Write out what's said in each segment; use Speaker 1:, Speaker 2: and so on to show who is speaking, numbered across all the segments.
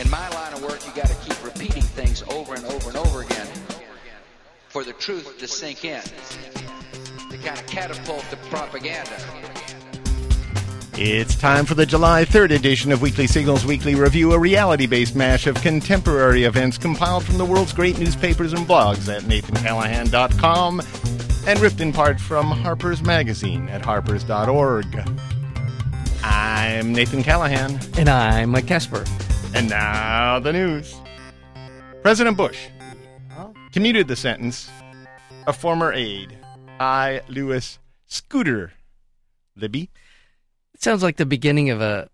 Speaker 1: In my line of work, you got to keep repeating things over and over and over again for the truth to sink in, to kind of catapult the propaganda.
Speaker 2: It's time for the July 3rd edition of Weekly Signals Weekly Review, a reality based mash of contemporary events compiled from the world's great newspapers and blogs at nathancallahan.com and ripped in part from Harper's Magazine at harpers.org. I'm Nathan Callahan.
Speaker 3: And I'm Mike Casper.
Speaker 2: And now the news. President Bush commuted the sentence of former aide I. Lewis Scooter Libby.
Speaker 3: It sounds like the beginning of a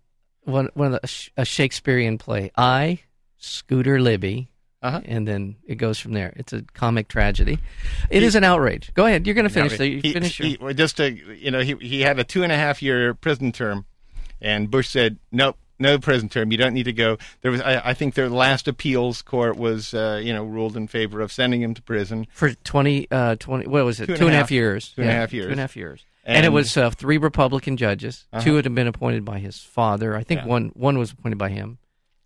Speaker 3: one one of the, sh- a Shakespearean play. I Scooter Libby,
Speaker 2: Uh-huh.
Speaker 3: and then it goes from there. It's a comic tragedy. It is an outrage. Go ahead. You're going to finish.
Speaker 2: Now,
Speaker 3: the, you
Speaker 2: he-
Speaker 3: finish your,
Speaker 2: he- well, just to you know, he he had a two and a half year prison term, and Bush said, "Nope, no prison term. You don't need to go." There was, I, I think, their last appeals court was, uh, you know, ruled in favor of sending him to prison.
Speaker 3: for 20, uh, 20 what was it?
Speaker 2: Two and
Speaker 3: Two
Speaker 2: a
Speaker 3: and a
Speaker 2: half-
Speaker 3: half years.
Speaker 2: two and a
Speaker 3: Yeah,
Speaker 2: half years.
Speaker 3: Two and a half years. And, it
Speaker 2: And-
Speaker 3: was uh, three Republican judges.
Speaker 2: Uh-huh.
Speaker 3: Two had been appointed by his father. I think
Speaker 2: Yeah.
Speaker 3: one one was appointed by him.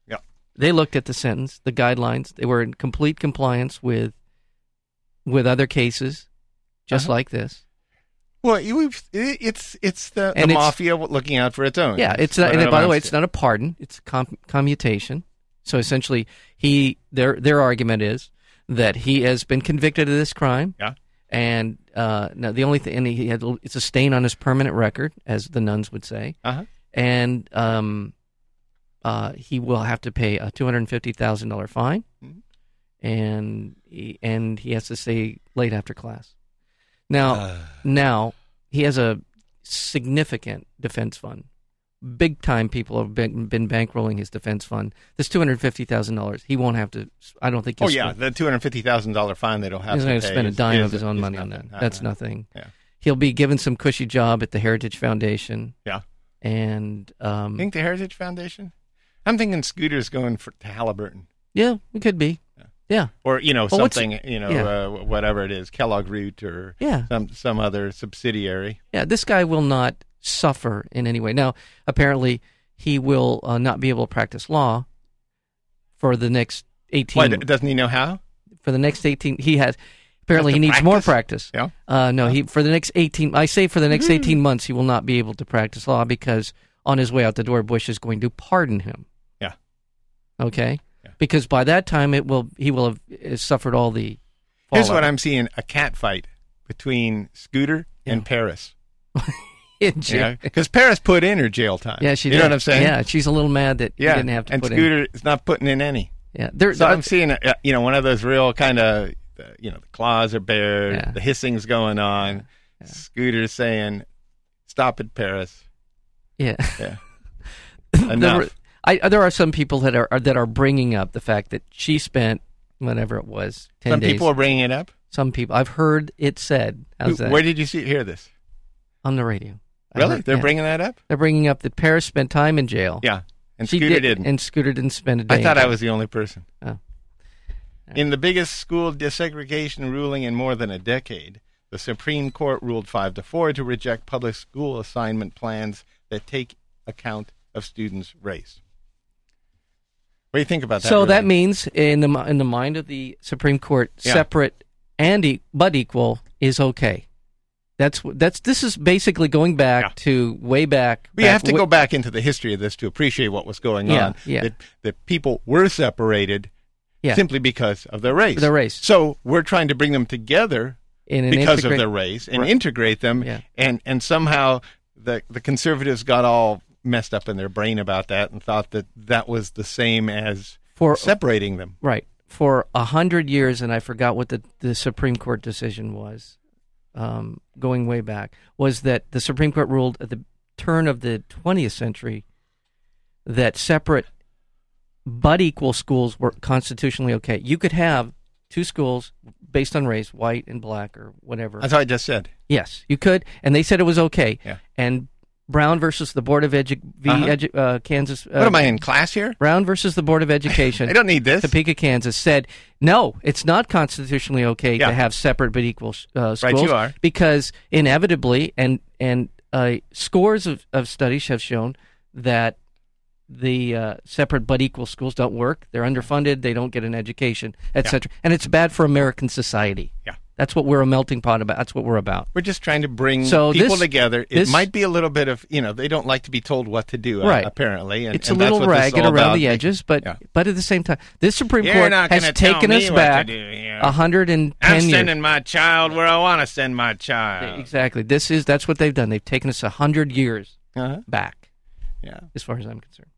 Speaker 2: Yeah.
Speaker 3: They looked at the sentence, the guidelines. They were in complete compliance with with other cases, just
Speaker 2: Uh-huh.
Speaker 3: like this.
Speaker 2: Well, you- we've, it, it's it's the, the
Speaker 3: And it's-
Speaker 2: mafia looking out for its own.
Speaker 3: Yeah, it's
Speaker 2: But
Speaker 3: not,
Speaker 2: I
Speaker 3: and
Speaker 2: don't
Speaker 3: by the way,
Speaker 2: mind
Speaker 3: it's not a pardon; it's com- commutation. So essentially, he their their argument is that he has been convicted of this crime,
Speaker 2: Yeah.
Speaker 3: and uh, now the only thing and he had it's a stain on his permanent record, as the nuns would say,
Speaker 2: Uh-huh.
Speaker 3: and um, uh, he will have to pay a two hundred fifty thousand dollar fine,
Speaker 2: Mhm.
Speaker 3: and he, and he has to stay late after class. Now,
Speaker 2: Uh.
Speaker 3: now he has a significant defense fund. Big time people have been, been bankrolling his defense fund. This two hundred fifty thousand dollars, he won't have to. I don't think.
Speaker 2: Oh
Speaker 3: He'll
Speaker 2: yeah,
Speaker 3: spend,
Speaker 2: the two hundred fifty thousand dollar fine they don't have
Speaker 3: he's
Speaker 2: to
Speaker 3: not going
Speaker 2: pay
Speaker 3: to spend a
Speaker 2: is-
Speaker 3: dime
Speaker 2: is-
Speaker 3: of his own
Speaker 2: is
Speaker 3: money on that.
Speaker 2: nothing.
Speaker 3: That's
Speaker 2: Uh-uh.
Speaker 3: nothing.
Speaker 2: Yeah.
Speaker 3: He'll be given some cushy job at the Heritage Foundation.
Speaker 2: Yeah.
Speaker 3: and um,
Speaker 2: Think the Heritage Foundation? I'm thinking Scooter's going for to Halliburton.
Speaker 3: yeah, it could be.
Speaker 2: Yeah.
Speaker 3: Yeah,
Speaker 2: or you know
Speaker 3: Well, what's-
Speaker 2: something you know
Speaker 3: yeah.
Speaker 2: uh, whatever it is Kellogg Root or
Speaker 3: Yeah.
Speaker 2: some some other subsidiary.
Speaker 3: Yeah, this guy will not suffer in any way. Now, apparently, he will uh, not be able to practice law for the next eighteen.
Speaker 2: Why d- doesn't he know how?
Speaker 3: for the next eighteen, he has. Apparently,
Speaker 2: Has
Speaker 3: he
Speaker 2: to
Speaker 3: needs more practice.
Speaker 2: Yeah. Hmm.
Speaker 3: Uh, no, he for the next eighteen. I say for the next eighteen months, he will not be able to practice law because on his way out the door, Bush is going to pardon him.
Speaker 2: Yeah.
Speaker 3: Okay.
Speaker 2: Yeah.
Speaker 3: Because by that time, it will he will have uh, suffered all the.
Speaker 2: Here's what
Speaker 3: fallout.
Speaker 2: I'm seeing: a cat fight between Scooter and
Speaker 3: Yeah.
Speaker 2: Paris.
Speaker 3: in
Speaker 2: You
Speaker 3: jail.
Speaker 2: because Paris put in her jail time.
Speaker 3: Yeah, she.
Speaker 2: You
Speaker 3: did.
Speaker 2: know what I'm saying?
Speaker 3: Yeah, she's a little mad that
Speaker 2: Yeah,
Speaker 3: he didn't have to
Speaker 2: and
Speaker 3: put in-
Speaker 2: Scooter is not putting in any.
Speaker 3: Yeah, there,
Speaker 2: So
Speaker 3: there-
Speaker 2: I'm seeing, uh, you know, one of those real kind of, uh, you know, the claws are bared,
Speaker 3: Yeah.
Speaker 2: the hissing's going on.
Speaker 3: Yeah.
Speaker 2: Scooter's saying, "Stop it, Paris."
Speaker 3: yeah.
Speaker 2: Yeah,
Speaker 3: there,
Speaker 2: enough.
Speaker 3: were- I, uh, there are some people that are, are that are bringing up the fact that she spent whatever it was ten
Speaker 2: Some
Speaker 3: days.
Speaker 2: people are bringing it up.
Speaker 3: some people I've heard it said. How's
Speaker 2: Who-
Speaker 3: that?
Speaker 2: Where did you see hear this?
Speaker 3: on the radio. I
Speaker 2: Really?
Speaker 3: heard-
Speaker 2: They're
Speaker 3: yeah.
Speaker 2: bringing that up.
Speaker 3: they're bringing up that Paris spent time in jail.
Speaker 2: Yeah, and
Speaker 3: she
Speaker 2: Scooter
Speaker 3: did,
Speaker 2: didn't.
Speaker 3: and Scooter didn't spend a day.
Speaker 2: I
Speaker 3: in
Speaker 2: thought I
Speaker 3: jail.
Speaker 2: was the only person.
Speaker 3: Oh.
Speaker 2: In the biggest school desegregation ruling in more than a decade, the Supreme Court ruled 5 to 4 to reject public school assignment plans that take account of students' race. What do you think about that?
Speaker 3: So that
Speaker 2: ruling?
Speaker 3: means in the mi- in the mind of the Supreme Court,
Speaker 2: Yeah.
Speaker 3: separate and e- but equal is okay. That's wh- that's this is basically going back
Speaker 2: Yeah.
Speaker 3: to way back.
Speaker 2: we
Speaker 3: back
Speaker 2: have to
Speaker 3: wh-
Speaker 2: go back into the history of this to appreciate what was going
Speaker 3: Yeah,
Speaker 2: on.
Speaker 3: yeah.
Speaker 2: That, that people were separated
Speaker 3: yeah,
Speaker 2: simply because of their race.
Speaker 3: Their race.
Speaker 2: So we're trying to bring them together
Speaker 3: in an
Speaker 2: because of
Speaker 3: integrate-
Speaker 2: their race and
Speaker 3: Right.
Speaker 2: integrate them
Speaker 3: Yeah.
Speaker 2: and and somehow the the conservatives got all messed up in their brain about that and thought that that was the same as
Speaker 3: for
Speaker 2: separating them
Speaker 3: Right. For a hundred years, and I forgot what the, the Supreme Court decision was, um, going way back, was that the Supreme Court ruled at the turn of the 20th century that separate but equal schools were constitutionally okay. You could have two schools based on race, white and black or whatever.
Speaker 2: that's what i just said
Speaker 3: Yes, you could, and they said it was okay.
Speaker 2: Yeah.
Speaker 3: And Brown versus the Board of Edu- v.
Speaker 2: Uh-huh.
Speaker 3: Edu- uh, Kansas. Uh,
Speaker 2: what am i in class here
Speaker 3: Brown versus the Board of Education.
Speaker 2: i don't need this
Speaker 3: Topeka, Kansas, said no, it's not constitutionally okay
Speaker 2: Yeah.
Speaker 3: to have separate but equal uh, schools.
Speaker 2: Right, you are.
Speaker 3: because inevitably, and and uh, scores of, of studies have shown that the uh, separate but equal schools don't work. They're underfunded. They don't get an education, etc. And it's bad for American society.
Speaker 2: Yeah.
Speaker 3: That's what we're a melting pot about. That's what we're about.
Speaker 2: We're just trying to bring
Speaker 3: So
Speaker 2: people
Speaker 3: this-
Speaker 2: together. It
Speaker 3: this-
Speaker 2: might be a little bit of you know they don't like to be told what to do. uh,
Speaker 3: Right.
Speaker 2: apparently, and,
Speaker 3: it's
Speaker 2: and
Speaker 3: a
Speaker 2: that's
Speaker 3: little
Speaker 2: what this is
Speaker 3: ragged
Speaker 2: all
Speaker 3: around
Speaker 2: about.
Speaker 3: the edges, but
Speaker 2: Yeah.
Speaker 3: but at the same time, this Supreme
Speaker 2: You're
Speaker 3: Court
Speaker 2: not
Speaker 3: has
Speaker 2: gonna tell
Speaker 3: taken
Speaker 2: me
Speaker 3: us
Speaker 2: what to
Speaker 3: back
Speaker 2: do, yeah.
Speaker 3: a hundred and
Speaker 2: I'm
Speaker 3: ten years.
Speaker 2: sending my child where I want to send my child.
Speaker 3: Exactly. This is that's what they've done. They've taken us a hundred years
Speaker 2: Uh-huh.
Speaker 3: back,
Speaker 2: Yeah.
Speaker 3: as far as I'm concerned.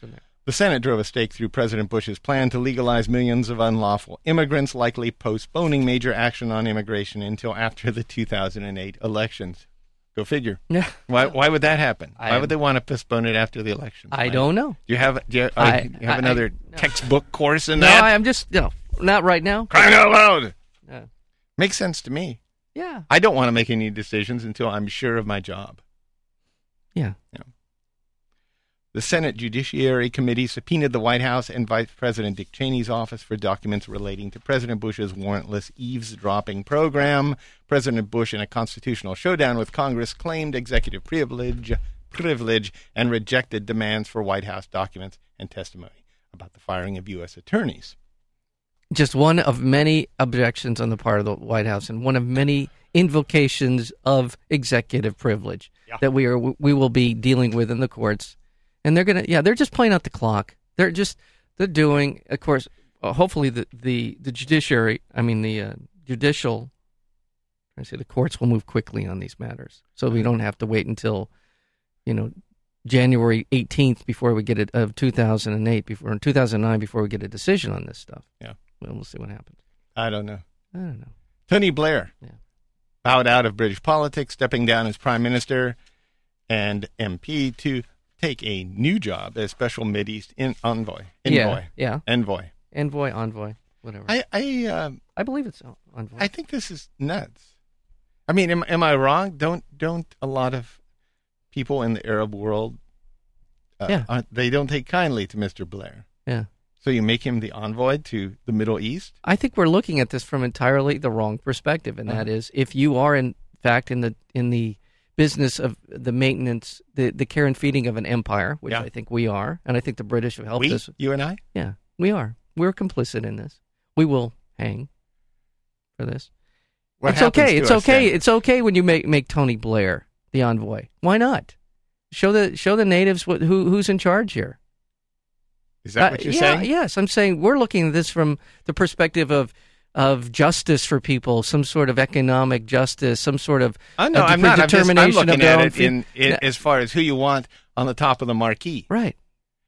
Speaker 3: So there.
Speaker 2: The Senate drove a stake through President Bush's plan to legalize millions of unlawful immigrants, likely postponing major action on immigration until after the 2008 elections. Go figure.
Speaker 3: Yeah.
Speaker 2: Why, why would that happen?
Speaker 3: I
Speaker 2: why
Speaker 3: am-
Speaker 2: would they want to postpone it after the elections?
Speaker 3: I don't know.
Speaker 2: Do you have do you, uh,
Speaker 3: I-
Speaker 2: do you have
Speaker 3: I-
Speaker 2: another
Speaker 3: I- no.
Speaker 2: textbook course in
Speaker 3: No,
Speaker 2: that?
Speaker 3: I'm just no, not right now.
Speaker 2: Crying out loud.
Speaker 3: No.
Speaker 2: Makes sense to me.
Speaker 3: Yeah.
Speaker 2: I don't want to make any decisions until I'm sure of my job.
Speaker 3: Yeah.
Speaker 2: The Senate Judiciary Committee subpoenaed the White House and Vice President Dick Cheney's office for documents relating to President Bush's warrantless eavesdropping program. President Bush, in a constitutional showdown with Congress, claimed executive privilege, privilege and rejected demands for White House documents and testimony about the firing of U.S. attorneys.
Speaker 3: Just one of many objections on the part of the White House, and one of many invocations of executive privilege
Speaker 2: Yeah.
Speaker 3: that we are we will be dealing with in the courts. And they're gonna, yeah, they're just playing out the clock. They're just they're doing, of course, uh, hopefully the the the judiciary, I mean the uh, judicial, I say the courts will move quickly on these matters, so we don't have to wait until, you know, January 18th before we get it of 2008 before in 2009 before we get a decision on this stuff.
Speaker 2: Yeah.
Speaker 3: Well, we'll see what happens.
Speaker 2: I don't know.
Speaker 3: I don't know.
Speaker 2: Tony Blair
Speaker 3: Yeah.
Speaker 2: bowed out of British politics, stepping down as prime minister and MP to take a new job as special Mideast in- envoy. Envoy.
Speaker 3: Yeah. Yeah.
Speaker 2: Envoy.
Speaker 3: Envoy, envoy, whatever. I,
Speaker 2: I I um,
Speaker 3: believe it's en- envoy.
Speaker 2: I think this is nuts. I mean, am am I wrong? Don't don't a lot of people in the Arab world uh,
Speaker 3: Yeah.
Speaker 2: aren't, they don't take kindly to Mr. Blair.
Speaker 3: yeah.
Speaker 2: So you make him the envoy to the Middle East?
Speaker 3: I think we're looking at this from entirely the wrong perspective, and that
Speaker 2: Uh-huh.
Speaker 3: is if you are in fact in the in the business of the maintenance, the the care and feeding of an empire, which
Speaker 2: Yeah.
Speaker 3: I think we are, and I think the British have helped
Speaker 2: we,
Speaker 3: us.
Speaker 2: you and I?
Speaker 3: Yeah, we are. We're complicit in this. We will hang for this.
Speaker 2: What
Speaker 3: it's
Speaker 2: happens
Speaker 3: okay.
Speaker 2: to
Speaker 3: It's
Speaker 2: us
Speaker 3: okay.
Speaker 2: then?
Speaker 3: It's okay when you make make Tony Blair the envoy. Why not? Show the show the natives what, who who's in charge here.
Speaker 2: Is that
Speaker 3: Uh,
Speaker 2: what you're
Speaker 3: yeah,
Speaker 2: saying?
Speaker 3: Yes, I'm saying we're looking at this from the perspective of of justice for people, some sort of economic justice, some sort of
Speaker 2: I know
Speaker 3: uh,
Speaker 2: I'm not. I'm, just, I'm
Speaker 3: determination of
Speaker 2: looking
Speaker 3: their
Speaker 2: at
Speaker 3: own
Speaker 2: it
Speaker 3: fe-
Speaker 2: in, in
Speaker 3: Yeah,
Speaker 2: as far as who you want on the top of the marquee.
Speaker 3: right.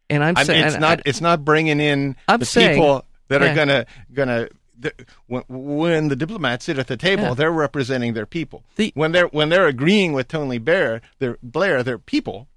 Speaker 3: And I'm,
Speaker 2: I'm,
Speaker 3: saying
Speaker 2: it's
Speaker 3: and
Speaker 2: not.
Speaker 3: I-
Speaker 2: it's not bringing in
Speaker 3: I'm
Speaker 2: the
Speaker 3: saying-
Speaker 2: people that are
Speaker 3: yeah.
Speaker 2: gonna gonna. The, when, when the diplomats sit at the table,
Speaker 3: Yeah.
Speaker 2: they're representing their people.
Speaker 3: The-
Speaker 2: when they're when they're agreeing with Tony Blair, their Blair, their people,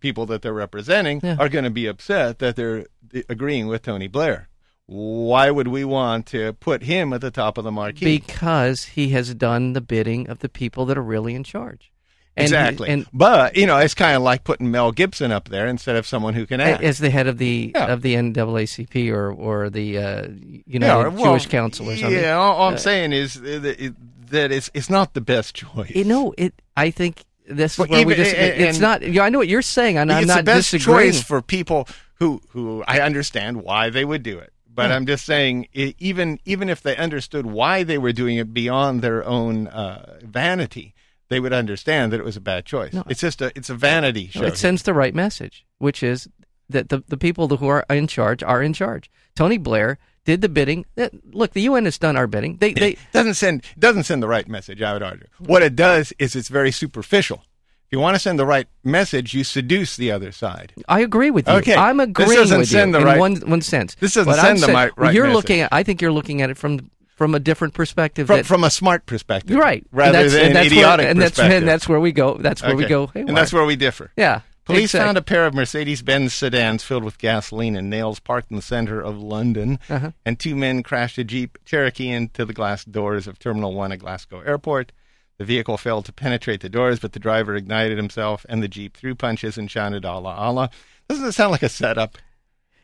Speaker 2: people that they're representing,
Speaker 3: Yeah.
Speaker 2: are going to be upset that they're uh, agreeing with Tony Blair. Why would we want to put him at the top of the marquee?
Speaker 3: because he has done the bidding of the people that are really in charge. And-
Speaker 2: exactly.
Speaker 3: and
Speaker 2: but you know, it's kind of like putting Mel Gibson up there instead of someone who can act.
Speaker 3: as the head of the
Speaker 2: Yeah.
Speaker 3: of the NAACP or or the uh, you know
Speaker 2: Yeah, well,
Speaker 3: Jewish Council or something.
Speaker 2: Yeah, all, all I'm
Speaker 3: Uh,
Speaker 2: saying is that, it- that it's it's not the best choice.
Speaker 3: You know, it. I think this is
Speaker 2: But
Speaker 3: where we
Speaker 2: even-
Speaker 3: just.
Speaker 2: and-
Speaker 3: it's not. You know, I know what you're saying, and
Speaker 2: it's
Speaker 3: I'm not
Speaker 2: the best
Speaker 3: disagreeing.
Speaker 2: choice for people who who I understand why they would do it. But
Speaker 3: Yeah.
Speaker 2: I'm just saying, e- even even if they understood why they were doing it beyond their own uh, vanity, they would understand that it was a bad choice.
Speaker 3: No.
Speaker 2: it's just a it's a vanity show.
Speaker 3: it sends the right message, which is that the the people who are in charge are in charge. Tony Blair did the bidding. Eh, Look, the UN has done our bidding. They they
Speaker 2: doesn't send doesn't send the right message. I would argue. What it does is it's very superficial. If you want to send the right message, you seduce the other side.
Speaker 3: I agree with you.
Speaker 2: Okay.
Speaker 3: I'm
Speaker 2: This
Speaker 3: agreeing
Speaker 2: doesn't
Speaker 3: with
Speaker 2: send
Speaker 3: you
Speaker 2: the
Speaker 3: in
Speaker 2: right-
Speaker 3: one one sense.
Speaker 2: This doesn't
Speaker 3: But I'm
Speaker 2: send the
Speaker 3: saying-
Speaker 2: mi- right
Speaker 3: You're
Speaker 2: message.
Speaker 3: looking at. I think you're looking at it from from a different perspective.
Speaker 2: from,
Speaker 3: that,
Speaker 2: from a smart perspective,
Speaker 3: you're right. And
Speaker 2: Rather
Speaker 3: that's,
Speaker 2: than
Speaker 3: and
Speaker 2: an
Speaker 3: that's
Speaker 2: idiotic
Speaker 3: where, and that's,
Speaker 2: perspective.
Speaker 3: And that's where we go. That's where we
Speaker 2: Okay.
Speaker 3: go.
Speaker 2: and that's
Speaker 3: haywire.
Speaker 2: where we differ.
Speaker 3: Yeah.
Speaker 2: Police
Speaker 3: exactly.
Speaker 2: found a pair of Mercedes-Benz sedans filled with gasoline and nails parked in the center of London,
Speaker 3: Uh-huh.
Speaker 2: and two men crashed a Jeep Cherokee into the glass doors of Terminal One at Glasgow Airport. The vehicle failed to penetrate the doors, but the driver ignited himself, and the Jeep threw punches and shouted "Allah, Allah." Doesn't it sound like a setup?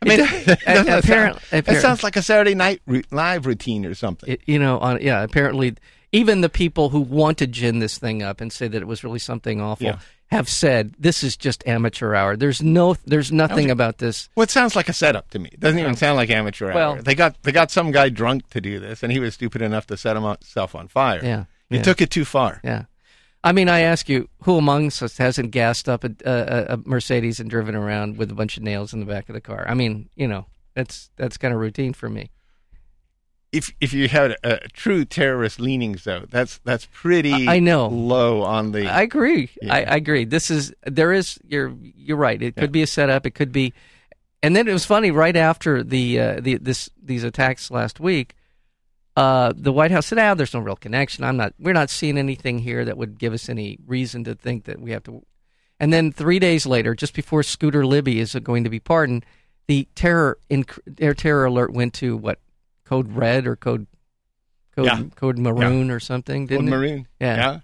Speaker 2: I
Speaker 3: It
Speaker 2: mean,
Speaker 3: does-
Speaker 2: doesn't it
Speaker 3: apparent-
Speaker 2: sound,
Speaker 3: apparent-
Speaker 2: it sounds like a Saturday Night ru- Live routine or something.
Speaker 3: it, you know, on, yeah, apparently even the people who want to gin this thing up and say that it was really something awful
Speaker 2: Yeah.
Speaker 3: have said this is just amateur hour. There's no, there's nothing about this.
Speaker 2: Well, it sounds like a setup to me. It doesn't even sound like amateur
Speaker 3: Well-
Speaker 2: hour. They got they got some guy drunk to do this, and he was stupid enough to set himself on fire.
Speaker 3: Yeah,
Speaker 2: you
Speaker 3: yeah.
Speaker 2: took it too far.
Speaker 3: Yeah, I mean, I ask you, who amongst us hasn't gassed up a, a, a Mercedes and driven around with a bunch of nails in the back of the car? I mean, you know, that's that's kind of routine for me.
Speaker 2: If if you had a, true terrorist leanings, though, that's that's pretty.
Speaker 3: I- I know.
Speaker 2: low on the.
Speaker 3: I agree.
Speaker 2: Yeah.
Speaker 3: I, I agree. This is there is you're you're right. It could be a setup. It could be, and then it was funny right after the uh, the this these attacks last week. Uh, the White House said, "Ah, there's no real connection. I'm not. We're not seeing anything here that would give us any reason to think that we have to." And then three days later, just before Scooter Libby is going to be pardoned, the terror inc- air terror alert went to what code red or code code
Speaker 2: Yeah.
Speaker 3: code maroon or something,
Speaker 2: Well,
Speaker 3: didn't it?
Speaker 2: maroon.
Speaker 3: Yeah.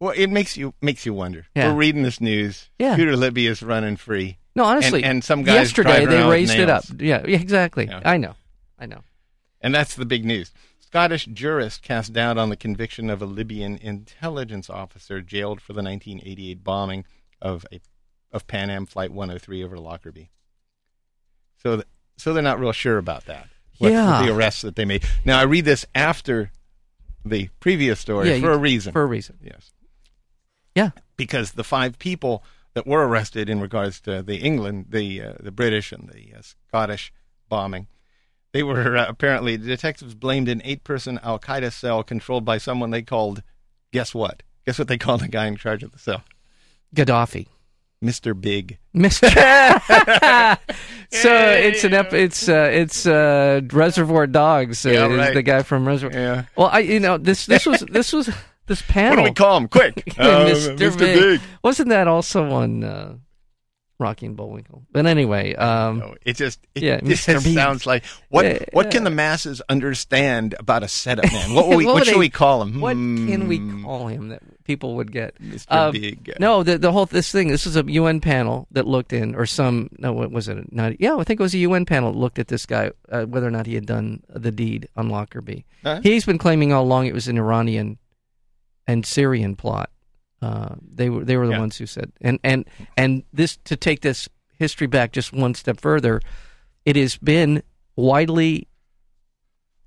Speaker 2: Well, it makes you makes you wonder.
Speaker 3: Yeah.
Speaker 2: We're reading this news.
Speaker 3: Yeah.
Speaker 2: Scooter Libby is running free.
Speaker 3: No, honestly,
Speaker 2: and some guys
Speaker 3: yesterday
Speaker 2: driving
Speaker 3: they
Speaker 2: around with
Speaker 3: raised it up.
Speaker 2: nails.
Speaker 3: Yeah, yeah, exactly.
Speaker 2: Yeah.
Speaker 3: I know, I know.
Speaker 2: And that's the big news. Scottish jurist cast doubt on the conviction of a Libyan intelligence officer jailed for the 1988 bombing of a of Pan Am Flight 103 over Lockerbie. So, th- so they're not real sure about that. with
Speaker 3: Yeah.
Speaker 2: The arrests that they made. Now I read this after the previous story
Speaker 3: yeah,
Speaker 2: for
Speaker 3: you-
Speaker 2: a reason.
Speaker 3: For a reason.
Speaker 2: yes,
Speaker 3: Yeah,
Speaker 2: because the five people that were arrested in regards to the England, the uh, the British, and the uh, Scottish bombing, they were uh, apparently the detectives blamed an eight-person Al Qaeda cell controlled by someone they called, guess what? Guess what they called the guy in charge of the cell?
Speaker 3: Gaddafi,
Speaker 2: Mister Big.
Speaker 3: Mister. so it's an ep- it's uh, it's uh, Reservoir Dogs. Uh,
Speaker 2: Yeah,
Speaker 3: is
Speaker 2: right.
Speaker 3: The guy from Reservoir.
Speaker 2: Yeah.
Speaker 3: Well, I you know this this was this was this
Speaker 2: What do
Speaker 3: panel.
Speaker 2: we call him? Quick, Uh,
Speaker 3: Wasn't that also on uh, Rocky and Bullwinkle? But anyway, um,
Speaker 2: No, it just it
Speaker 3: Yeah,
Speaker 2: just
Speaker 3: Mr. Big.
Speaker 2: sounds like what
Speaker 3: Yeah,
Speaker 2: what can
Speaker 3: yeah.
Speaker 2: the masses understand about a setup man? What will we,
Speaker 3: What
Speaker 2: what,
Speaker 3: would
Speaker 2: should
Speaker 3: they-
Speaker 2: we call him?
Speaker 3: What can we
Speaker 2: Hmm.
Speaker 3: call him that people would get?
Speaker 2: Mr.
Speaker 3: Uh,
Speaker 2: Big.
Speaker 3: No, the, the whole this thing. This is a UN panel that looked in, or some. No, what was it? Not, yeah, I think it was a UN panel that looked at this guy uh, whether or not he had done the deed on Lockerbie.
Speaker 2: Huh?
Speaker 3: He's been claiming all along it was an Iranian and Syrian plot. Uh, they were they were the
Speaker 2: Yeah.
Speaker 3: ones who said and and and this to take this history back just one step further. It has been widely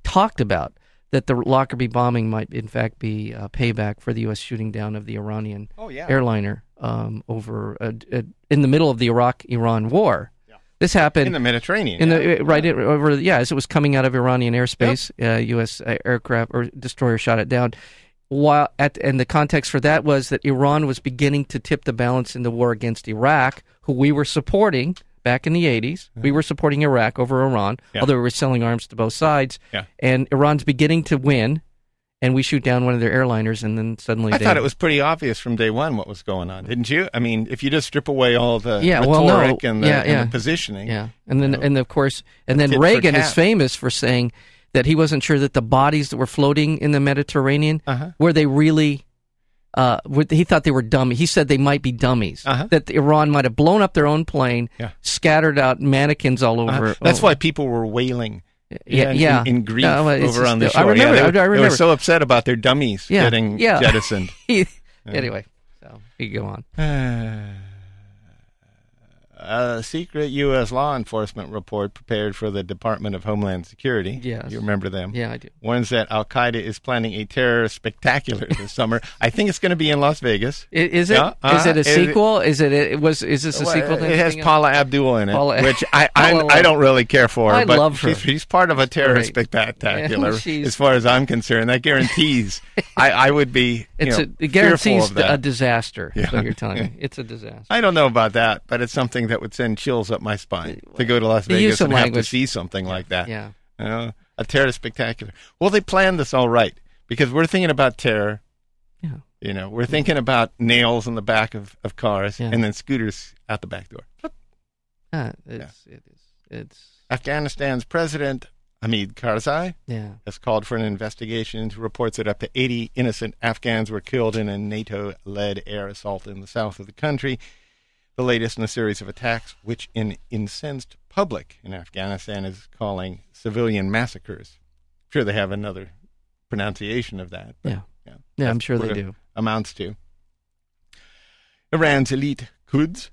Speaker 3: talked about that the Lockerbie bombing might in fact be uh, payback for the U.S. shooting down of the Iranian
Speaker 2: Oh yeah.
Speaker 3: airliner um, over uh, d- uh, in the middle of the Iraq-Iran war. This happened
Speaker 2: in the Mediterranean.
Speaker 3: in
Speaker 2: yeah.
Speaker 3: the right in, over yeah as it was coming out of Iranian airspace, uh, U.S. aircraft or destroyer shot it down. While at and the context for that was that Iran was beginning to tip the balance in the war against Iraq, who we were supporting back in the 80s. We were supporting Iraq over Iran,
Speaker 2: Yeah.
Speaker 3: although we were selling arms to both sides.
Speaker 2: Yeah.
Speaker 3: And Iran's beginning to win, and we shoot down one of their airliners, and then suddenly
Speaker 2: I
Speaker 3: they,
Speaker 2: thought it was pretty obvious from day one what was going on, didn't you? I mean, if you just strip away all the
Speaker 3: Yeah, well, no.
Speaker 2: rhetoric and, the,
Speaker 3: Yeah,
Speaker 2: and
Speaker 3: yeah.
Speaker 2: the positioning,
Speaker 3: Yeah, and then
Speaker 2: know,
Speaker 3: and of course, and then
Speaker 2: tit for
Speaker 3: Reagan is
Speaker 2: tat.
Speaker 3: famous for saying that he wasn't sure that the bodies that were floating in the Mediterranean
Speaker 2: Uh-huh.
Speaker 3: were they really. Uh, were- he thought they were dummies. He said they might be dummies.
Speaker 2: Uh-huh.
Speaker 3: That Iran might have blown up their own plane,
Speaker 2: Yeah.
Speaker 3: scattered out mannequins all
Speaker 2: Uh,
Speaker 3: over.
Speaker 2: that's
Speaker 3: oh,
Speaker 2: why people were wailing.
Speaker 3: Yeah,
Speaker 2: in-
Speaker 3: yeah.
Speaker 2: In, grief
Speaker 3: No, it's
Speaker 2: over
Speaker 3: just-
Speaker 2: on the
Speaker 3: I
Speaker 2: shore.
Speaker 3: remember-
Speaker 2: yeah,
Speaker 3: I- I
Speaker 2: they, were- They
Speaker 3: remember.
Speaker 2: were so upset about their dummies
Speaker 3: Yeah,
Speaker 2: getting
Speaker 3: yeah.
Speaker 2: jettisoned.
Speaker 3: anyway, so you go on.
Speaker 2: A secret U.S. law enforcement report prepared for the Department of Homeland Security.
Speaker 3: Yes.
Speaker 2: You remember them?
Speaker 3: Yeah, I do.
Speaker 2: Warns that Al Qaeda is planning a terror spectacular this summer. I think it's going to be in Las Vegas.
Speaker 3: I- Is it? Is
Speaker 2: Yeah, uh-huh.
Speaker 3: it a
Speaker 2: Is it-
Speaker 3: sequel? Is it? It was. Is this a
Speaker 2: Well,
Speaker 3: sequel?
Speaker 2: it-
Speaker 3: to
Speaker 2: It has
Speaker 3: anything else?
Speaker 2: Paula Abdul in it,
Speaker 3: Paula-
Speaker 2: which I I,
Speaker 3: Paula
Speaker 2: I don't really care for.
Speaker 3: I
Speaker 2: but
Speaker 3: love her.
Speaker 2: She's, she's part of a terror
Speaker 3: great.
Speaker 2: spectacular,
Speaker 3: Yeah, she's-
Speaker 2: as far as I'm concerned. That guarantees I, I would be. You
Speaker 3: It's
Speaker 2: know,
Speaker 3: a, it
Speaker 2: fearful
Speaker 3: guarantees
Speaker 2: of that.
Speaker 3: a disaster. is
Speaker 2: Yeah.
Speaker 3: what you're telling me. It's a disaster.
Speaker 2: I don't know about that, but it's something that would send chills up my spine to go to Las
Speaker 3: The use
Speaker 2: Vegas
Speaker 3: of
Speaker 2: and have
Speaker 3: language.
Speaker 2: to see something like that.
Speaker 3: Yeah.
Speaker 2: You know, a terror spectacular. Well, they planned this all right because we're thinking about terror.
Speaker 3: Yeah.
Speaker 2: You know, we're thinking about nails in the back of, of cars
Speaker 3: Yeah.
Speaker 2: and then scooters out the back door.
Speaker 3: Uh, it's it is it's
Speaker 2: Afghanistan's president, Hamid Karzai,
Speaker 3: yeah.
Speaker 2: has called for an investigation into reports that up to 80 innocent Afghans were killed in a NATO led air assault in the south of the country, the latest in a series of attacks, which an incensed public in Afghanistan is calling civilian massacres. I'm sure they have another pronunciation of that. but,
Speaker 3: Yeah.
Speaker 2: yeah,
Speaker 3: Yeah, I'm
Speaker 2: that's
Speaker 3: sure they
Speaker 2: what it
Speaker 3: do.
Speaker 2: Amounts to. Iran's elite Quds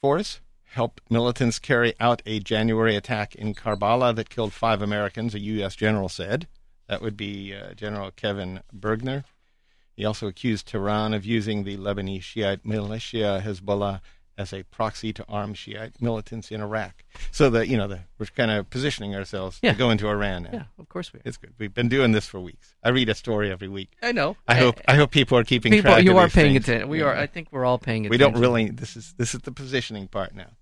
Speaker 2: force helped militants carry out a January attack in Karbala that killed five Americans, a U.S. general said. That would be uh, General Kevin Bergner. He also accused Tehran of using the Lebanese Shiite militia Hezbollah as a proxy to arm Shiite militants in Iraq. So that you know, the, we're kind of positioning ourselves
Speaker 3: Yeah.
Speaker 2: to go into Iran now.
Speaker 3: Yeah, of course we are.
Speaker 2: It's good. We've been doing this for weeks. I read a story every week.
Speaker 3: I know.
Speaker 2: I hope I hope people are keeping
Speaker 3: Eh, people,
Speaker 2: track.
Speaker 3: you
Speaker 2: of
Speaker 3: are
Speaker 2: these
Speaker 3: paying
Speaker 2: things.
Speaker 3: attention. We
Speaker 2: Yeah.
Speaker 3: are. I think we're all paying
Speaker 2: We
Speaker 3: attention.
Speaker 2: don't really. This is this is the positioning part now,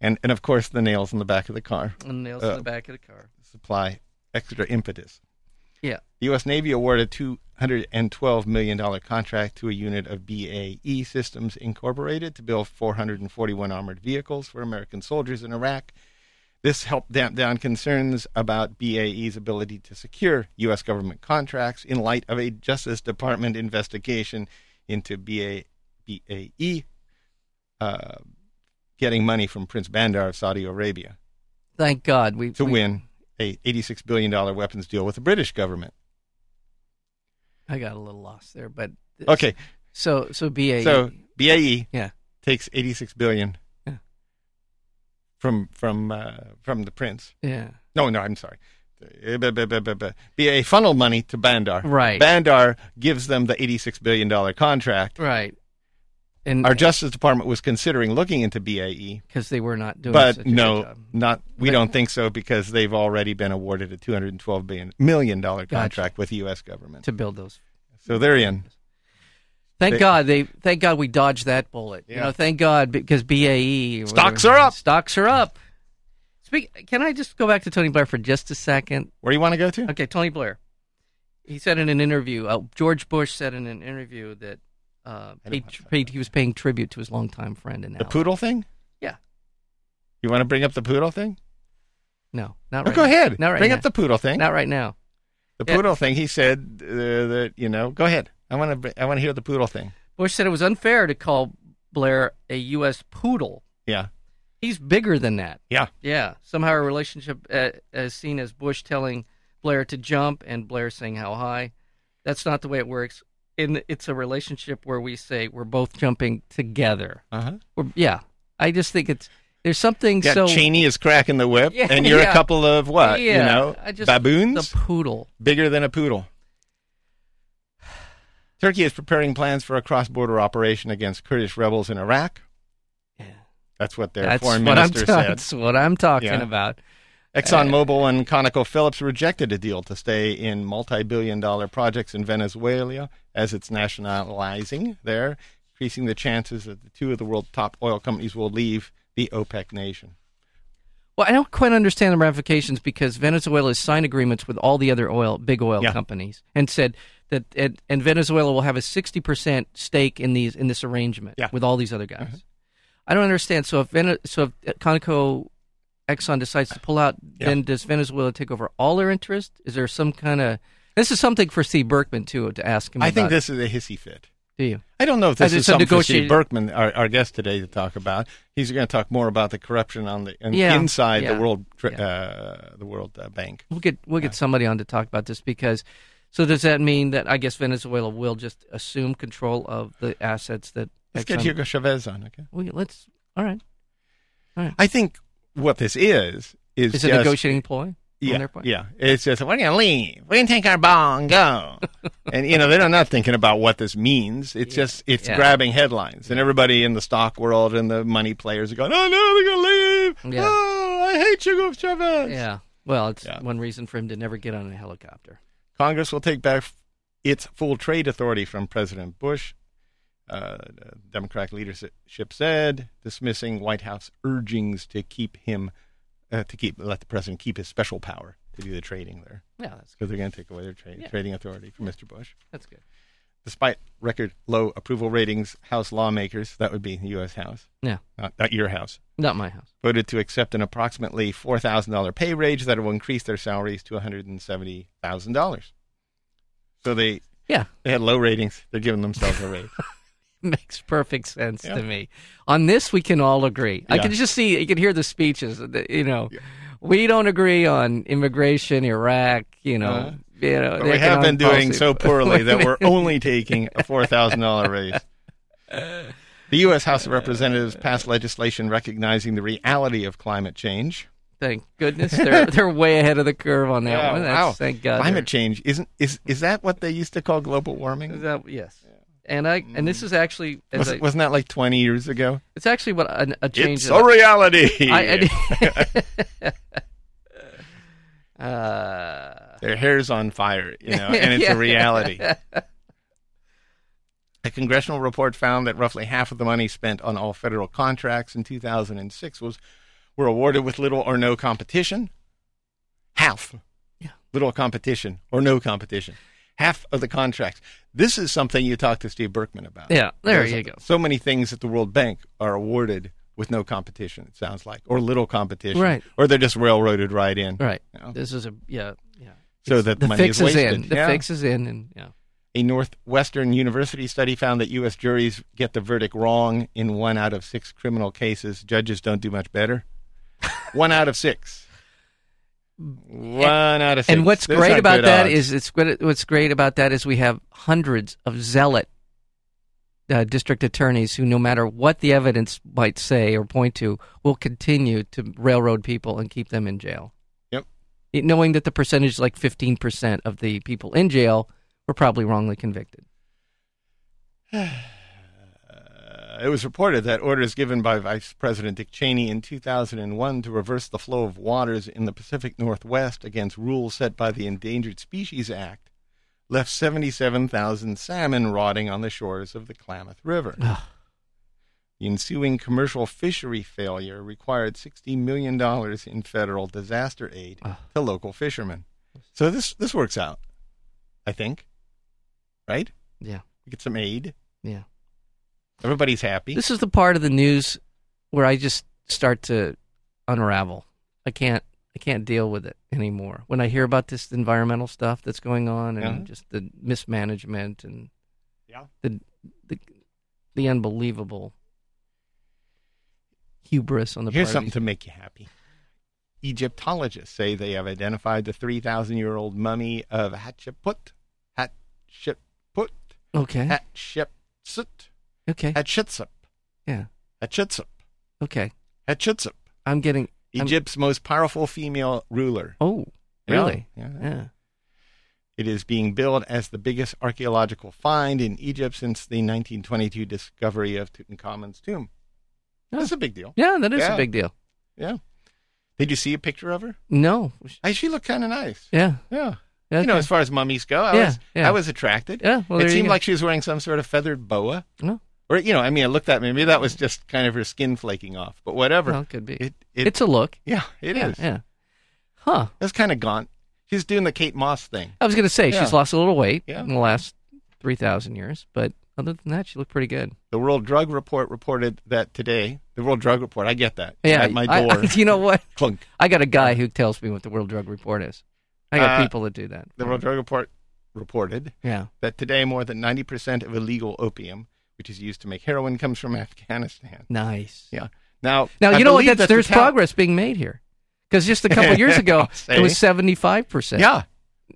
Speaker 2: and and of course the nails in the back of the car
Speaker 3: And nails
Speaker 2: Uh,
Speaker 3: in the back of the car.
Speaker 2: supply extra impetus.
Speaker 3: Yeah.
Speaker 2: The U.S. Navy awarded a $212 million contract to a unit of BAE Systems Incorporated to build 441 armored vehicles for American soldiers in Iraq. This helped damp down concerns about BAE's ability to secure U.S. government contracts in light of a Justice Department investigation into BA, BAE uh, getting money from Prince Bandar of Saudi Arabia
Speaker 3: Thank God we
Speaker 2: to
Speaker 3: we-
Speaker 2: win a $86 billion weapons deal with the British government.
Speaker 3: I got a little lost there, but
Speaker 2: Okay,
Speaker 3: So so BAE.
Speaker 2: so BAE
Speaker 3: yeah,
Speaker 2: takes 86 billion
Speaker 3: Yeah.
Speaker 2: from from uh, from the prince.
Speaker 3: yeah.
Speaker 2: No, no, I'm sorry. Uh, b- b- b- b- b- BAE funnel money to Bandar.
Speaker 3: Right.
Speaker 2: Bandar gives them the 86 billion dollar contract.
Speaker 3: Right. And
Speaker 2: Our Justice Department was considering looking into BAE,
Speaker 3: because they were not doing such
Speaker 2: but
Speaker 3: a good
Speaker 2: no,
Speaker 3: job.
Speaker 2: not we
Speaker 3: But-
Speaker 2: don't think so because they've already been awarded a 212 billion million dollar
Speaker 3: Gotcha.
Speaker 2: contract with the U.S. government.
Speaker 3: to build those.
Speaker 2: So they're in.
Speaker 3: Thank
Speaker 2: They-
Speaker 3: God they thank God we dodged that bullet. You
Speaker 2: Yeah.
Speaker 3: know, thank God because BAE or
Speaker 2: Stocks
Speaker 3: whatever-
Speaker 2: are up.
Speaker 3: Stocks are up. Speak. Can I just go back to Tony Blair for just a second?
Speaker 2: Where do you want to go to?
Speaker 3: Okay, Tony Blair. He said in an interview. Uh, George Bush said in an interview that uh,
Speaker 2: I don't
Speaker 3: paid,
Speaker 2: watch that.
Speaker 3: paid- he was paying tribute to his longtime friend and
Speaker 2: The
Speaker 3: ally.
Speaker 2: poodle thing?
Speaker 3: Yeah.
Speaker 2: You want to bring up the poodle thing?
Speaker 3: No, not
Speaker 2: No,
Speaker 3: right.
Speaker 2: go
Speaker 3: now.
Speaker 2: ahead.
Speaker 3: Not right
Speaker 2: Bring
Speaker 3: now.
Speaker 2: up the poodle thing.
Speaker 3: Not right now.
Speaker 2: the
Speaker 3: yeah.
Speaker 2: poodle thing. He said uh, that you know. Go ahead. I want to. I want to hear the poodle thing.
Speaker 3: Bush said it was unfair to call Blair a U.S. poodle.
Speaker 2: Yeah.
Speaker 3: He's bigger than that.
Speaker 2: Yeah.
Speaker 3: Yeah. Somehow a relationship uh, as seen as Bush telling Blair to jump and Blair saying how high. That's not the way it works. In it's a relationship where we say we're both jumping together.
Speaker 2: Uh huh.
Speaker 3: We're, yeah. I just think it's there's something
Speaker 2: Yeah.
Speaker 3: so
Speaker 2: Cheney is cracking the whip,
Speaker 3: Yeah,
Speaker 2: and you're a
Speaker 3: yeah.
Speaker 2: couple of what?
Speaker 3: yeah,
Speaker 2: you know,
Speaker 3: I just,
Speaker 2: baboons
Speaker 3: the poodle.
Speaker 2: bigger than a poodle. Turkey is preparing plans for a cross-border operation against Kurdish rebels in Iraq.
Speaker 3: Yeah.
Speaker 2: That's what their
Speaker 3: That's
Speaker 2: foreign
Speaker 3: what I'm,
Speaker 2: minister said.
Speaker 3: that's what I'm talking
Speaker 2: Yeah.
Speaker 3: about.
Speaker 2: ExxonMobil and ConocoPhillips rejected a deal to stay in multi billion dollar projects in Venezuela as it's nationalizing there, increasing the chances that the two of the world's top oil companies will leave the OPEC nation.
Speaker 3: Well, I don't quite understand the ramifications because Venezuela has signed agreements with all the other oil, big oil
Speaker 2: Yeah.
Speaker 3: companies, and said that and, and Venezuela will have a sixty percent stake in these in this arrangement
Speaker 2: Yeah. Mm-hmm.
Speaker 3: with all these other guys. I don't understand. So if Vene, so if Conoco Exxon decides to pull out,
Speaker 2: Yeah.
Speaker 3: then does Venezuela take over all their interest? Is there some kind of this is something for Steve Berkman too to ask him.
Speaker 2: I think
Speaker 3: about.
Speaker 2: this is a hissy fit.
Speaker 3: Do you?
Speaker 2: I don't know if this
Speaker 3: As
Speaker 2: is
Speaker 3: it's a
Speaker 2: something for Steve
Speaker 3: negotiated-
Speaker 2: Berkman, our, our guest today, to talk about. He's going to talk more about the corruption on the and
Speaker 3: Yeah,
Speaker 2: inside
Speaker 3: yeah,
Speaker 2: the World Tra-
Speaker 3: yeah.
Speaker 2: uh, the World uh, Bank.
Speaker 3: We'll get we'll get somebody on to talk about this because. So does that mean that I guess Venezuela will just assume control of the assets that?
Speaker 2: Let's get
Speaker 3: Exxon-
Speaker 2: Hugo Chavez on. Okay,
Speaker 3: Well, yeah, let's. All right.
Speaker 2: I think what this is is
Speaker 3: Is
Speaker 2: just,
Speaker 3: it a negotiating ploy?
Speaker 2: yeah,
Speaker 3: on their part?
Speaker 2: Yeah. It's just, we're going to leave. We're going to take our ball and go. and, you know, they're not thinking about what this means. It's
Speaker 3: Yeah.
Speaker 2: just, it's
Speaker 3: Yeah.
Speaker 2: grabbing headlines. And everybody in the stock world and the money players are going, oh, no, they're going to leave.
Speaker 3: Yeah.
Speaker 2: Oh, I hate Hugo Chavez.
Speaker 3: Yeah. Well, it's
Speaker 2: Yeah.
Speaker 3: one reason for him to never get on a helicopter.
Speaker 2: Congress will take back its full trade authority from President Bush. Uh, the Democratic leadership said, dismissing White House urgings to keep him, uh, to keep let the president keep his special power to do the trading there.
Speaker 3: Yeah, that's good.
Speaker 2: because they're going to take away their tra-
Speaker 3: Yeah.
Speaker 2: trading authority from Mr. Bush.
Speaker 3: That's good.
Speaker 2: Despite record low approval ratings, House lawmakers, that would be the U.S. House,
Speaker 3: Yeah.
Speaker 2: not, not your House,
Speaker 3: Not my house.
Speaker 2: voted to accept an approximately $4,000 pay raise that will increase their salaries to $170,000. So they,
Speaker 3: Yeah.
Speaker 2: they had low ratings. They're giving themselves a raise.
Speaker 3: Makes perfect sense
Speaker 2: Yeah.
Speaker 3: to me. On this, we can all agree. I
Speaker 2: Yeah.
Speaker 3: can just see, you can hear the speeches. uh, that, You know, we don't agree on immigration, Iraq, you know.
Speaker 2: Uh-huh.
Speaker 3: you know
Speaker 2: But
Speaker 3: the
Speaker 2: we have been
Speaker 3: economic
Speaker 2: doing
Speaker 3: policy.
Speaker 2: so poorly that we're only taking a $4,000 raise. The U.S. House of Representatives passed legislation recognizing the reality of climate change.
Speaker 3: Thank goodness they're they're way ahead of the curve on that
Speaker 2: Yeah,
Speaker 3: one. That's,
Speaker 2: wow.
Speaker 3: Thank God.
Speaker 2: Climate change isn't is is that what they used to call global warming?
Speaker 3: Is that- yes. And I and this is actually
Speaker 2: Mm.
Speaker 3: as
Speaker 2: Was,
Speaker 3: I,
Speaker 2: wasn't that like 20 years ago?
Speaker 3: it's actually what a, a change.
Speaker 2: It's
Speaker 3: that I-
Speaker 2: a reality.
Speaker 3: I, I, uh,
Speaker 2: Their hair's on fire, you know, and it's
Speaker 3: Yeah.
Speaker 2: a reality. A congressional report found that roughly half of the money spent on all federal contracts in 2006 was were awarded with little or no competition. Half.
Speaker 3: Yeah.
Speaker 2: Little competition or no competition. Half of the contracts. This is something you talked to Steve Berkman about.
Speaker 3: yeah, there
Speaker 2: There's
Speaker 3: you go.
Speaker 2: So many things at the World Bank are awarded with no competition, it sounds like, or little competition.
Speaker 3: Right.
Speaker 2: Or they're just railroaded right in.
Speaker 3: Right.
Speaker 2: Yeah.
Speaker 3: This is a yeah yeah.
Speaker 2: So
Speaker 3: It's-
Speaker 2: that
Speaker 3: the
Speaker 2: money
Speaker 3: fix
Speaker 2: is wasted.
Speaker 3: in. The
Speaker 2: Yeah.
Speaker 3: fix is in, and yeah.
Speaker 2: A Northwestern University study found that U.S. juries get the verdict wrong in one out of six criminal cases. Judges don't do much better. one out of six. One out of six.
Speaker 3: And what's
Speaker 2: Those
Speaker 3: great
Speaker 2: aren't
Speaker 3: about
Speaker 2: good
Speaker 3: that
Speaker 2: odds.
Speaker 3: is it's good, what's great about that is we have hundreds of zealot uh, district attorneys who, no matter what the evidence might say or point to, will continue to railroad people and keep them in jail.
Speaker 2: Yep.
Speaker 3: It- knowing that the percentage, like fifteen percent of the people in jail, were probably wrongly convicted.
Speaker 2: Uh, it was reported that orders given by Vice President Dick Cheney in 2001 to reverse the flow of waters in the Pacific Northwest against rules set by the Endangered Species Act left 77,000 salmon rotting on the shores of the Klamath River.
Speaker 3: Ugh.
Speaker 2: The ensuing commercial fishery failure required $60 million in federal disaster aid
Speaker 3: Ugh.
Speaker 2: to local fishermen. So this, this works out, I think. Right?
Speaker 3: Yeah,
Speaker 2: We get some aid.
Speaker 3: yeah.
Speaker 2: Everybody's happy.
Speaker 3: This is the part of the news where I just start to unravel. I can't I can't deal with it anymore. When I hear about this environmental stuff that's going on and
Speaker 2: Yeah.
Speaker 3: just the mismanagement and
Speaker 2: Yeah.
Speaker 3: the the the unbelievable hubris on the
Speaker 2: Here's
Speaker 3: part
Speaker 2: something
Speaker 3: of
Speaker 2: to make you happy. Egyptologists say they have identified the 3,000 year old mummy of Hatshepsut, Hatshepsut,
Speaker 3: these- Okay.
Speaker 2: Hatshepsut,
Speaker 3: okay.
Speaker 2: Hatshepsut,
Speaker 3: yeah.
Speaker 2: Hatshepsut,
Speaker 3: Okay.
Speaker 2: Hatshepsut,
Speaker 3: I'm getting I'm-
Speaker 2: Egypt's most powerful female ruler.
Speaker 3: Oh, really?
Speaker 2: Yeah.
Speaker 3: yeah.
Speaker 2: It is being billed as the biggest archaeological find in Egypt since the 1922 discovery of Tutankhamun's tomb. That's a big deal.
Speaker 3: Yeah, that is
Speaker 2: Yeah.
Speaker 3: a big deal.
Speaker 2: Yeah. Did you see a picture of her?
Speaker 3: No.
Speaker 2: Hey, she looked kind of nice.
Speaker 3: Yeah.
Speaker 2: Yeah.
Speaker 3: Okay.
Speaker 2: You know, as far as mummies go, I
Speaker 3: Yeah,
Speaker 2: was
Speaker 3: yeah.
Speaker 2: I was attracted.
Speaker 3: Yeah, well, there
Speaker 2: it
Speaker 3: you
Speaker 2: seemed
Speaker 3: go.
Speaker 2: like she was wearing some sort of feathered boa,
Speaker 3: No.
Speaker 2: or you know, I mean, I looked at maybe that was just kind of her skin flaking off, but whatever.
Speaker 3: Well, it could be.
Speaker 2: It, it,
Speaker 3: it's a look.
Speaker 2: yeah, it is.
Speaker 3: yeah, Yeah. Huh.
Speaker 2: That's kind of gaunt. She's doing the Kate Moss thing.
Speaker 3: I was going to say
Speaker 2: Yeah.
Speaker 3: she's lost a little weight
Speaker 2: Yeah.
Speaker 3: in the last 3,000 years, but other than that, she looked pretty good.
Speaker 2: The World Drug Report reported that today. The World Drug Report. I get that.
Speaker 3: Yeah.
Speaker 2: at my
Speaker 3: I-
Speaker 2: door.
Speaker 3: you know what?
Speaker 2: Clunk.
Speaker 3: I got a guy who tells me what the World Drug Report is. I got
Speaker 2: Uh,
Speaker 3: people that do that.
Speaker 2: The World Drug Report reported
Speaker 3: Yeah.
Speaker 2: that today more than ninety percent of illegal opium, which is used to make heroin, comes from Afghanistan.
Speaker 3: Nice.
Speaker 2: Yeah. Now,
Speaker 3: Now,
Speaker 2: I
Speaker 3: you know what?
Speaker 2: believe
Speaker 3: That's,
Speaker 2: that the
Speaker 3: there's
Speaker 2: town-
Speaker 3: progress being made here. Because just a couple years ago, it was
Speaker 2: See?
Speaker 3: 75%.
Speaker 2: Yeah,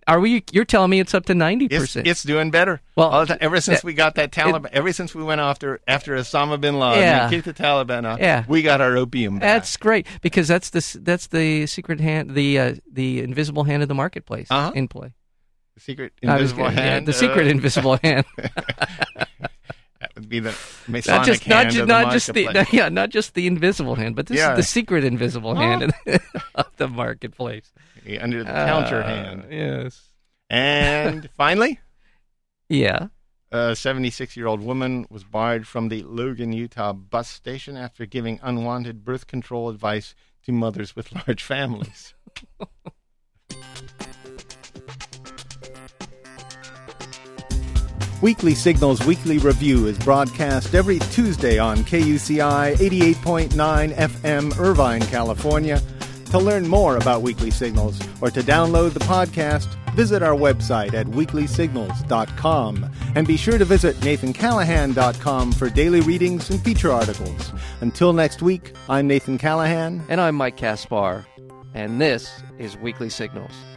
Speaker 3: Are we, you're telling me it's up to 90%.
Speaker 2: It's, it's doing better.
Speaker 3: Well,
Speaker 2: All the ti- ever since
Speaker 3: that-
Speaker 2: we got that Taliban, ever since we went after after Osama bin Laden,
Speaker 3: Yeah.
Speaker 2: and kicked the Taliban off.
Speaker 3: Yeah.
Speaker 2: we got our opium. Back.
Speaker 3: That's great because that's the s- that's the secret hand, the uh, the invisible hand of the marketplace
Speaker 2: Uh-huh.
Speaker 3: in play.
Speaker 2: the secret
Speaker 3: I was
Speaker 2: invisible
Speaker 3: gonna- yeah,
Speaker 2: hand.
Speaker 3: the secret
Speaker 2: uh,
Speaker 3: invisible hand.
Speaker 2: that would be the Masonic
Speaker 3: not just
Speaker 2: hand
Speaker 3: not
Speaker 2: of
Speaker 3: just
Speaker 2: the
Speaker 3: not just the
Speaker 2: marketplace.
Speaker 3: yeah not just the invisible hand, but this
Speaker 2: Yeah.
Speaker 3: is the secret invisible hand of the, of the marketplace.
Speaker 2: Yeah, under the counter
Speaker 3: Uh,
Speaker 2: hand.
Speaker 3: Yes.
Speaker 2: And finally,
Speaker 3: Yeah.
Speaker 2: a 76 year old woman was barred from the Logan, Utah bus station after giving unwanted birth control advice to mothers with large families. Weekly Signals Weekly Review is broadcast every Tuesday on KUCI 88.9 FM, Irvine, California. To learn more about Weekly Signals or to download the podcast, visit our website at weeklysignals.com. And be sure to visit nathancallahan.com for daily readings and feature articles. Until next week, I'm Nathan Callahan.
Speaker 3: And I'm Mike Caspar, and this is Weekly Signals.